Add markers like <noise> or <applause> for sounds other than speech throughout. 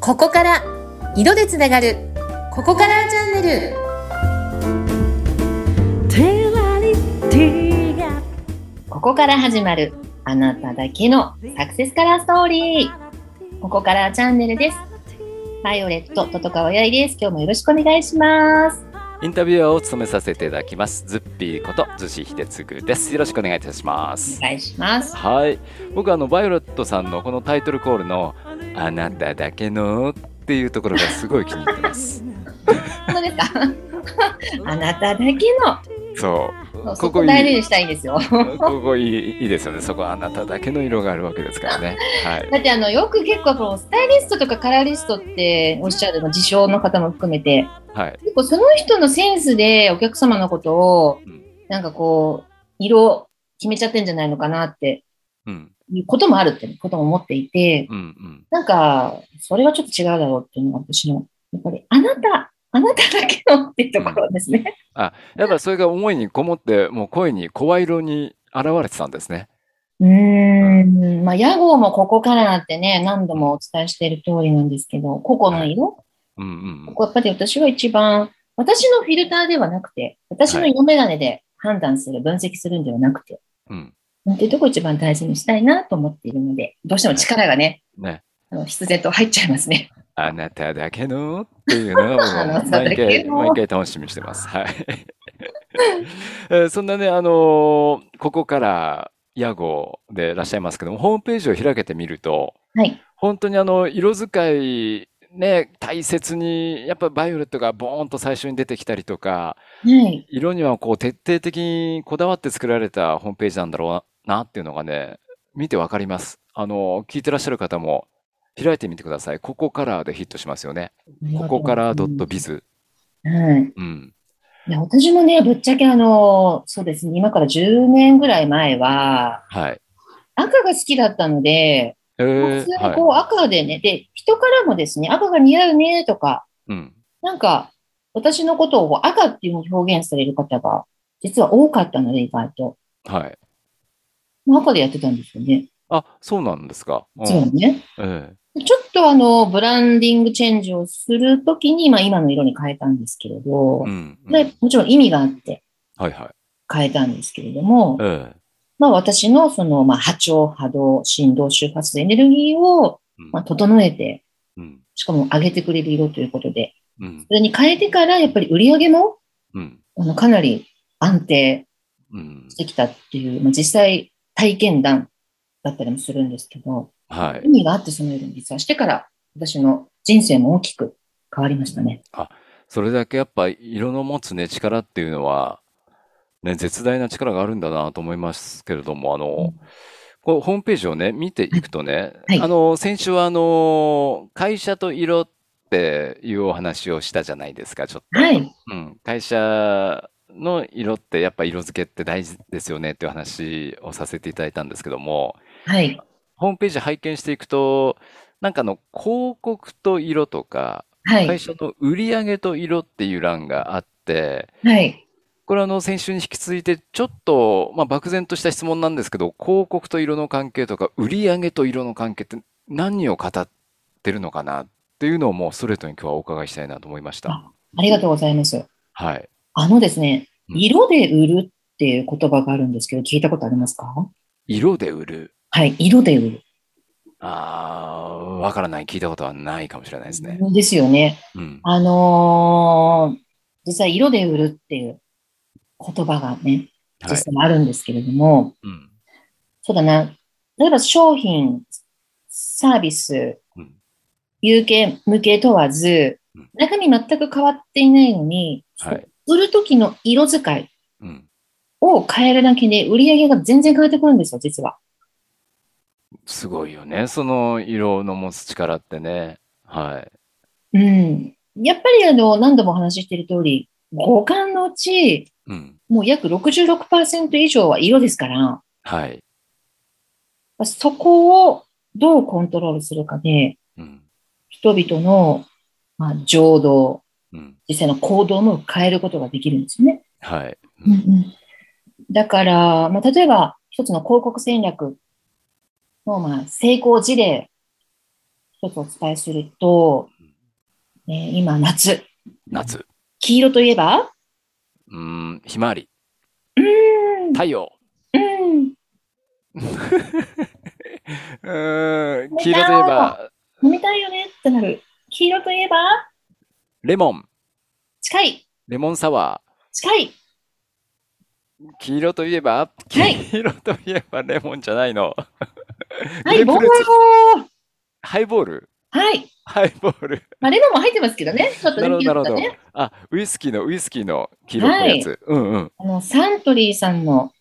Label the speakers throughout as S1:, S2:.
S1: ここから色でつながるここからチャンネル
S2: テラリティが
S1: ここから始まるあなただけのサクセスカラーストーリーここからチャンネルですバイオレット、トトカワヤイです。今日もよろしくお願いします。
S3: インタビュアーを務めさせていただきますズッピーこと逗子秀次ですよろしくお願いいたしま
S1: お
S3: す
S1: 願いします。
S3: はい僕あのバイオレットさんのこのタイトルコールのあなただけのっていうところがすごい気に入ってます
S1: <laughs> 本当です <laughs> かあなただけ
S3: そう
S1: の、
S3: こ
S1: そ
S3: こ
S1: こ
S3: い
S1: 大事
S3: い
S1: にしたいんですよ。
S3: <laughs> ここいいいいですよねそこはあなただけの色があるわけですからねはい
S1: だってあのよく結構このスタイリストとかカラーリストっておっしゃるの自称の方も含めて
S3: はい
S1: 結構その人のセンスでお客様のことを
S3: うん
S1: なんかこう色決めちゃってんじゃないのかなって
S3: うん
S1: いうこともあるってことも思っていて
S3: うんうん
S1: なんかそれはちょっと違うだろうっていうのが私のやっぱりあなたあなただけのっていうところですね。
S3: やっぱそれが思いにこもってもう声に声色に現れてたんですね
S1: うーんまあ屋号もここからなってね何度もお伝えしている通りなんですけど個々の色
S3: うんう
S1: こ
S3: ん
S1: こやっぱり私は一番、私のフィルターではなくて、私の色眼鏡で判断する、分析するんではなくて、
S3: うん
S1: っていうとこ一番大事にしたいなと思っているので、どうしても力がね、
S3: うんね
S1: あの必然と入っちゃいますね。
S3: あなただけのっていうのを
S1: <laughs> あなただ
S3: 毎
S1: け
S3: 回、
S1: の
S3: 毎回楽しみにしてます。はい。 <laughs> えーそんなね、あのーここから屋号でいらっしゃいますけども、ホームページを開けてみると、
S1: はい。
S3: 本当にあの、色使い、ね、大切に、やっぱバイオレットがボーンと最初に出てきたりとか、
S1: はい。
S3: 色にはこう徹底的にこだわって作られたホームページなんだろうなっていうのがね、見てわかります。あの、聞いてらっしゃる方も開いてみてください。ここからでヒットしますよね。ここから .biz。
S1: はい。
S3: うん。
S1: いや私もね、ぶっちゃけあの、そうですね、今から10年ぐらい前は、
S3: はい。
S1: 赤が好きだったので、
S3: えー
S1: 普通に
S3: はい。
S1: こう赤でね、で、人からもですね、赤が似合うねとか、
S3: うん。
S1: なんか、私のことをこう赤っていうふうに表現される方が、実は多かったので、意外と。
S3: はい。
S1: もう赤でやってたんですよね。
S3: あ、そうなんですか。うん
S1: そうね。
S3: え
S1: ちょっとあの、ブランディングチェンジをするときに、まあ今の色に変えたんですけれ
S3: え
S1: ど
S3: う、ん。うん
S1: でもちろん意味があって
S3: はいはい。
S1: 変えたんですけれども、
S3: ええ
S1: まあ私のその、まあ波長、波動、振動、周波数、エネルギーを、
S3: うん
S1: まあ整えて、
S3: うん。
S1: しかも上げてくれる色ということで、
S3: うん
S1: そ。れに変えてからやっぱり売り上げも、
S3: うん。
S1: あの、かなり安定
S3: うん
S1: してきたっていう、まあ、実際体験談だったりもするんですけど、
S3: はい
S1: 意。味があってそのように実はしてから私の人生も大きく変わりましたね。
S3: それだけやっぱ色の持つね、力っていうのは、ね、絶大な力があるんだなと思いますけれども、あの、こうホームページをね、見ていくとね、
S1: はい
S3: あの、先週はあの、会社と色っていうお話をしたじゃないですか、ちょっと。
S1: はい。
S3: うん、会社の色ってやっぱ色付けって大事ですよねっていう話をさせていただいたんですけども、
S1: はい。
S3: ホームページ拝見していくと、なんかあの広告と色とか、
S1: は
S3: 会
S1: い。
S3: 社の売り上げと色っていう欄があって、
S1: はい。
S3: これあの先週に引き続いてちょっと、まあ、漠然とした質問なんですけど、広告と色の関係とか売り上げと色の関係って何を語ってるのかなっていうのをもうストレートに今日はお伺いしたいなと思いました。
S1: ありがとうございます。
S3: はい。
S1: あのですね、
S3: うん
S1: 色で売るっていう言葉があるんですけど、聞いたことありますか
S3: 色で売る。
S1: はい。色で売る。
S3: ああ、わからない。聞いたことはないかもしれないですね。
S1: ですよね。
S3: うん。
S1: あのー実際色で売るっていう言葉がね、
S3: は
S1: 実
S3: い。
S1: 際あるんですけれども、
S3: うん。
S1: そうだな。例えば商品、サービス、
S3: うん
S1: 有形、無形問わず
S3: うん、
S1: 中身全く変わっていないのに、
S3: はい。
S1: 売る時の色使い
S3: うん。
S1: を変えるだけで売り上げが全然変わってくるんですよ、実は。
S3: すごいよね。その色の持つ力ってね。はい。
S1: うん。やっぱりあの、何度もお話ししている通り、五感のうち、
S3: うん。
S1: もう約66%以上は色ですから、
S3: はい。
S1: そこをどうコントロールするかで、
S3: うん。
S1: 人々の、まあ、情動、
S3: うん。
S1: 実際の行動も変えることができるんですよね。
S3: はい。
S1: うんうんだから、まあ、例えば一つの広告戦略の、まあ、成功事例、一つお伝えすると、ね、今夏、
S3: 夏。
S1: 黄色といえば、
S3: うーん、ひまわり。
S1: うーん、
S3: 太陽。
S1: うん、
S3: うーん、黄色といえば、
S1: 飲みたいよねってなる。黄色といえば、
S3: レモン。
S1: 近い、
S3: レモンサワ
S1: 近い、
S3: ー。黄色といえば、
S1: はい
S3: 黄色といえばレモンじゃないの。
S1: は
S3: グレ
S1: い、
S3: ー
S1: ボ
S3: プ
S1: ー
S3: フルーツハイボール。
S1: はい。
S3: ハイボール。
S1: まあ、レモンも入ってますけどね。ちょっとね、
S3: なるほ
S1: ピュ
S3: ど、
S1: ッ
S3: な
S1: と
S3: るほど
S1: ね。。
S3: あ、ウイスキーの、ウイスキーの黄色のやつ。うんうん。
S1: あの、サントリーさんの、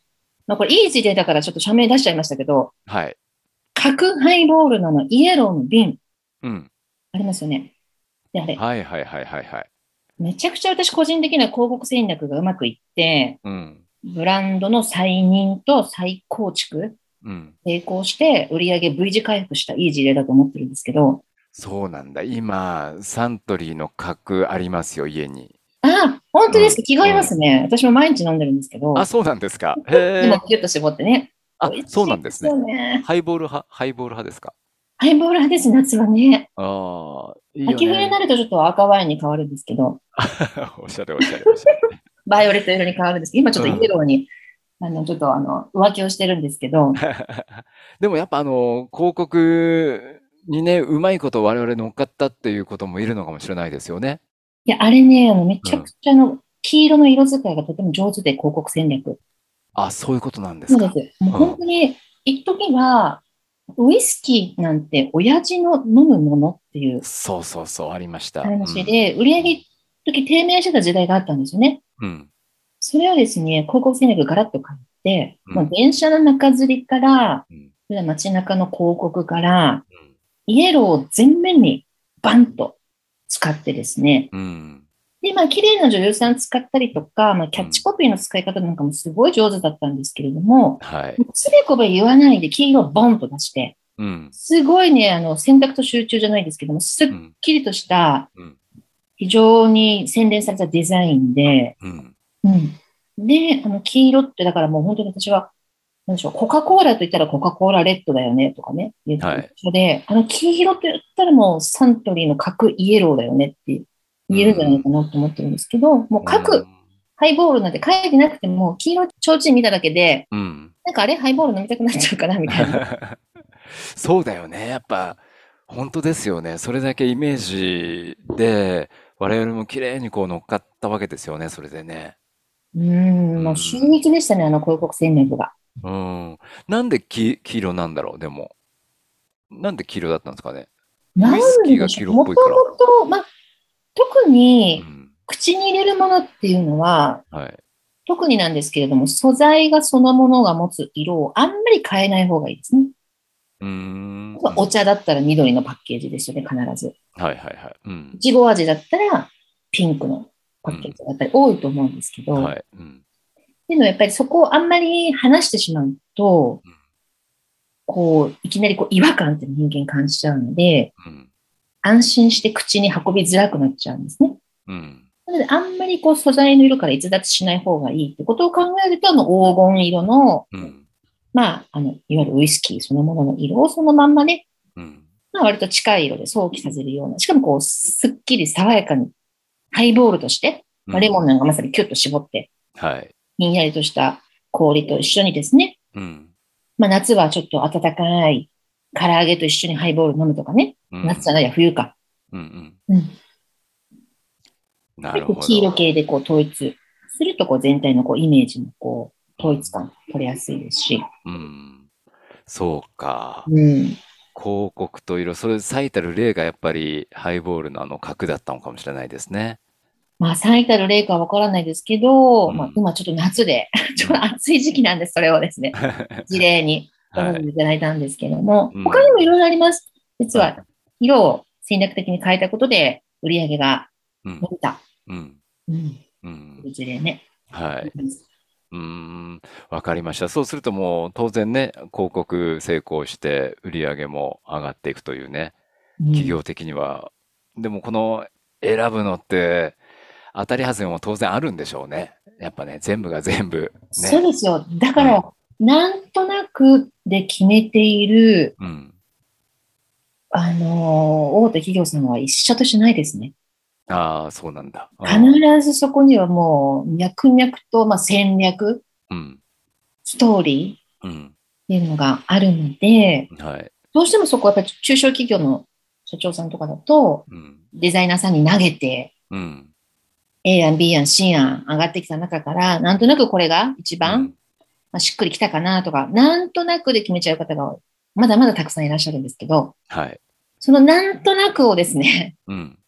S1: まあ、これ、イージーでだからちょっと社名出しちゃいましたけど、
S3: はい。
S1: 角ハイボールのあのイエローの瓶、
S3: うん。
S1: ありますよね。で、あれ、
S3: はいはいはいはいはい。
S1: めちゃくちゃ私個人的な広告戦略がうまくいって、
S3: うん。
S1: ブランドの再認と再構築、
S3: うん。
S1: 成功して売り上げ V 字回復したいい事例だと思ってるんですけど、
S3: そうなんだ。今、サントリーの角ありますよ、家に。
S1: ああ、本当です
S3: う
S1: か、
S3: ん
S1: 気が合いますね。私も毎日飲んでるんですけど、
S3: あ、そうなんですか。へ
S1: で
S3: え
S1: も。ギュッと絞ってね。
S3: あ
S1: 美味しい、
S3: そうなんですね
S1: よ。ね。
S3: ハイボール派、ハイボール派ですか。
S1: ハイボール派です、夏はね。
S3: ああ、いいよ
S1: 秋冬にな
S3: ね。
S1: るとちょっと赤ワインに変わるんですけど、
S3: <laughs> おしゃれおしゃれおしゃれ。
S1: バイオレット色に変わるんですけど、今ちょっとイエローに、あの、ちょっとあの、浮気をしてるんですけど、
S3: でもやっぱあの、広告にね、うまいこと我々乗っかったっていうこともいるのかもしれないですよね。
S1: いや、あれね、あの、めちゃくちゃあの、黄色の色使いがとても上手で、広告戦略。
S3: あ、そういうことなんで
S1: そ
S3: す
S1: う
S3: か。
S1: です。もう
S3: うん
S1: 本当に、一時は、ウイスキーなんて親父の飲むものっていう
S3: そうそうそう、ありました。
S1: 話で、売り上げ一時低迷してた時代があったんですよね。
S3: うん。うん。
S1: それをですね、広告戦略ガラッと変えて、
S3: うん
S1: もう電車の中吊りから
S3: うん、
S1: それから街中の広告から
S3: うん、
S1: イエローを全面にバンと使ってですね、
S3: うん。
S1: で、まあ、綺麗な女優さん使ったりとか、まあ、キャッチコピーの使い方なんかもすごい上手だったんですけれども、
S3: はい。
S1: つべこべ言わないで黄色をボンと出して、
S3: うん。
S1: すごいね、あの、選択と集中じゃないですけども、すっ
S3: うん。
S1: きりとした
S3: うん、
S1: 非常に洗練されたデザインで、
S3: うん。
S1: うん。で、あの、黄色って、だからもう本当に私は、なんでしょう、コカ・コーラと言ったらコカ・コーラレッドだよね、とかね、言うと
S3: はい
S1: 一緒で、あの、黄色って言ったらもうサントリーの角イエローだよねって言えるんじゃないかなと思ってるんですけど、もう角、ハイボールなんて書いてなくても、黄色い提灯見ただけで、
S3: うん。
S1: なんかあれ、ハイボール飲みたくなっちゃうかな、みたいな。
S3: <laughs> そうだよね。やっぱ、本当ですよね。それだけイメージで、我々も綺麗にこう乗っかったわけですよね、それでね。
S1: うーん、もう秀逸でしたね、あの広告戦略が。
S3: うん。なんでき黄色なんだろう、でも。なんで黄色だったんですかね。
S1: なんででしょう
S3: ウイスキーが黄色っぽいから
S1: もともと、まあ、特
S3: う
S1: に
S3: ん。
S1: 口に入れるものっていうのは、
S3: はい。
S1: 特になんですけれども、素材がそのものが持つ色をあんまり変えない方がいいですね。
S3: うーん。
S1: まあお茶だったら緑のパッケージですよね、必ず。
S3: はいはいはい。うん
S1: い。ちご味だったらピンクのパッケージがやっぱり多いと思うんですけど、
S3: はい。うん。
S1: っていうのはやっぱりそこをあんまり話してしまうと
S3: うん、
S1: こう、いきなりこう違和感って人間感じちゃうので、
S3: うん。
S1: 安心して口に運びづらくなっちゃうんですね。
S3: うん。
S1: なので、あんまりこう素材の色から逸脱しない方がいいってことを考えると、あの黄金色の、
S3: うん。
S1: まあ、あの、いわゆるウイスキーそのものの色をそのまんまね、
S3: うん。
S1: まあ、割と近い色で想起させるような、しかもこう、すっきり爽やかに、ハイボールとして、まあ、レモンなんかまさにキュッと絞って、
S3: はい。
S1: ひんやりとした氷と一緒にですね、
S3: うん。
S1: まあ、夏はちょっと暖かい唐揚げと一緒にハイボール飲むとかね、
S3: うん。
S1: 夏じゃないや冬か。
S3: うんうん。
S1: うん
S3: な
S1: で
S3: るほ
S1: こ
S3: ど。
S1: う黄色系でこう統一すると、こう全体のこうイメージのこう統一感取りやすいですし。
S3: うん。そうか。
S1: うん。
S3: 広告と色、それ最たる例がやっぱりハイボールのあの角だったのかもしれないですね。
S1: まあ、最たる例かはわからないですけど、
S3: うん
S1: まあ、今ちょっと夏で、 <laughs> ちょっと暑い時期なんで、それをです
S3: <laughs>
S1: ね、事例に
S3: は
S1: 選ん
S3: い。
S1: でいただいたんですけども、
S3: うん
S1: 他にもいろいろあります。実
S3: う
S1: は、色を戦略的に変えたことで、売り上げが
S3: うん
S1: 伸びた。
S3: うん。
S1: うん。
S3: うん。
S1: 事例ね。
S3: はい。うーん。わかりました。そうするともう当然ね、広告成功して売り上げも上がっていくというね、企業的には。でもこの選ぶのって当たり外れも当然あるんでしょうね。やっぱね、全部が全部。ね。
S1: そうですよ。だから、なんとなくで決めている
S3: うん。
S1: あの、大手企業さんは一緒としないですね。
S3: ああ、そうなんだ。あ
S1: 必
S3: ー
S1: ずそこにはもう、脈々と、まあ、戦略、
S3: うん。
S1: ストーリ
S3: うん。
S1: ーっていうのがあるので、
S3: はい。
S1: どうしてもそこはやっぱり中小企業の社長さんとかだと、
S3: うん。
S1: デザイナーさんに投げて、
S3: うん。
S1: A 案、B 案、C 案上がってきた中から、なんとなくこれが一番、まあ、しっくりきたかなとか、なんとなくで決めちゃう方が、まだまだたくさんいらっしゃるんですけど、
S3: はい。
S1: そのなんとなくをですね、 <laughs>
S3: うん。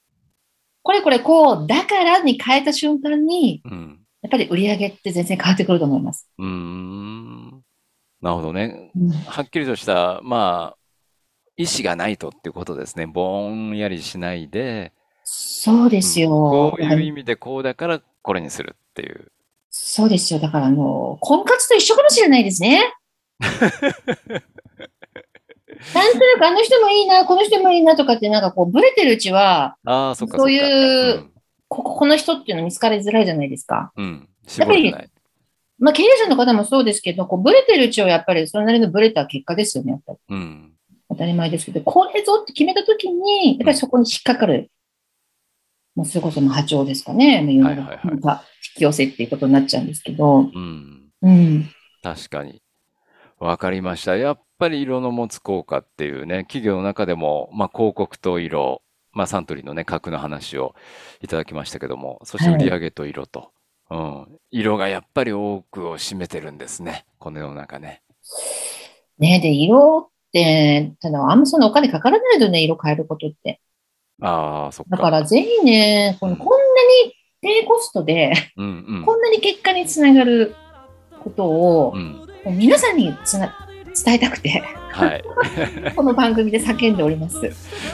S1: これこれこう、だからに変えた瞬間に、
S3: うん。
S1: やっぱり売り上げって全然変わってくると思います。
S3: うーん。なるほどね。
S1: うん
S3: はっきりとした、まあ、意思がないとっていうことですね。ぼんやりしないで、
S1: そうですよ。
S3: うんこうい
S1: だ
S3: う
S1: から
S3: 意味でこうだからこれにするっていう。
S1: そうですよ。だからもう、婚活と一緒かもしれないです
S3: <laughs>
S1: ね。なんとなくあの人もいいな、この人もいいなとかって、なんかこう、ブレてるうちは、
S3: ああ、そっか
S1: そう
S3: っか
S1: いうここ、この人っていうの見つかりづらいじゃないですか。
S3: うん。うん。絞れてない。
S1: まあ、経営者の方もそうですけど、こうブレてるうちはやっぱりそれなりのブレた結果ですよね、やっぱり。
S3: うん。
S1: 当たり前ですけど、これぞって決めたときに、やっぱりそこに引っかかる。まあ、それこそまあ波長ですかね。まあ世の
S3: はい
S1: 中
S3: はいはい
S1: なんか引き寄せっていうことになっちゃうんですけど。
S3: うん。
S1: うん。
S3: 確かに。わかりました。やっぱり色の持つ効果っていうね、企業の中でも、まあ、広告と色、まあ、サントリーのね、核の話をいただきましたけども、そして
S1: はい
S3: 売上と色と、うん、色がやっぱり多くを占めてるんですね、この世の中ね。
S1: ねで、色って、ただ、あんまそんなお金かからないのね、色変えることって。
S3: ああ、そっ
S1: だか
S3: か。
S1: ら、ぜひね、このこんなに低コストで、
S3: うんう
S1: <laughs>
S3: ん
S1: こんなに結果につながることを
S3: う、ん。
S1: 皆さんにつな伝えたく
S3: <laughs>
S1: て。
S3: はい。
S1: この番組で叫んでおります。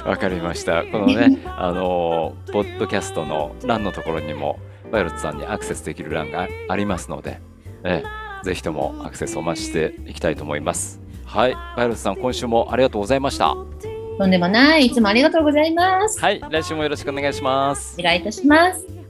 S3: わかりました。このね、あのーポッドキャストの欄のところにも、バイオレットさんにアクセスできる欄があありますので、ええぜひともアクセスお待ちしていきたいと思います。はい、バイオレットさん、今週もありがとうございました。
S1: とんでもない。いつもありがとうございます。
S3: はい、来週もよろしくお願いします。
S1: お願いいたします。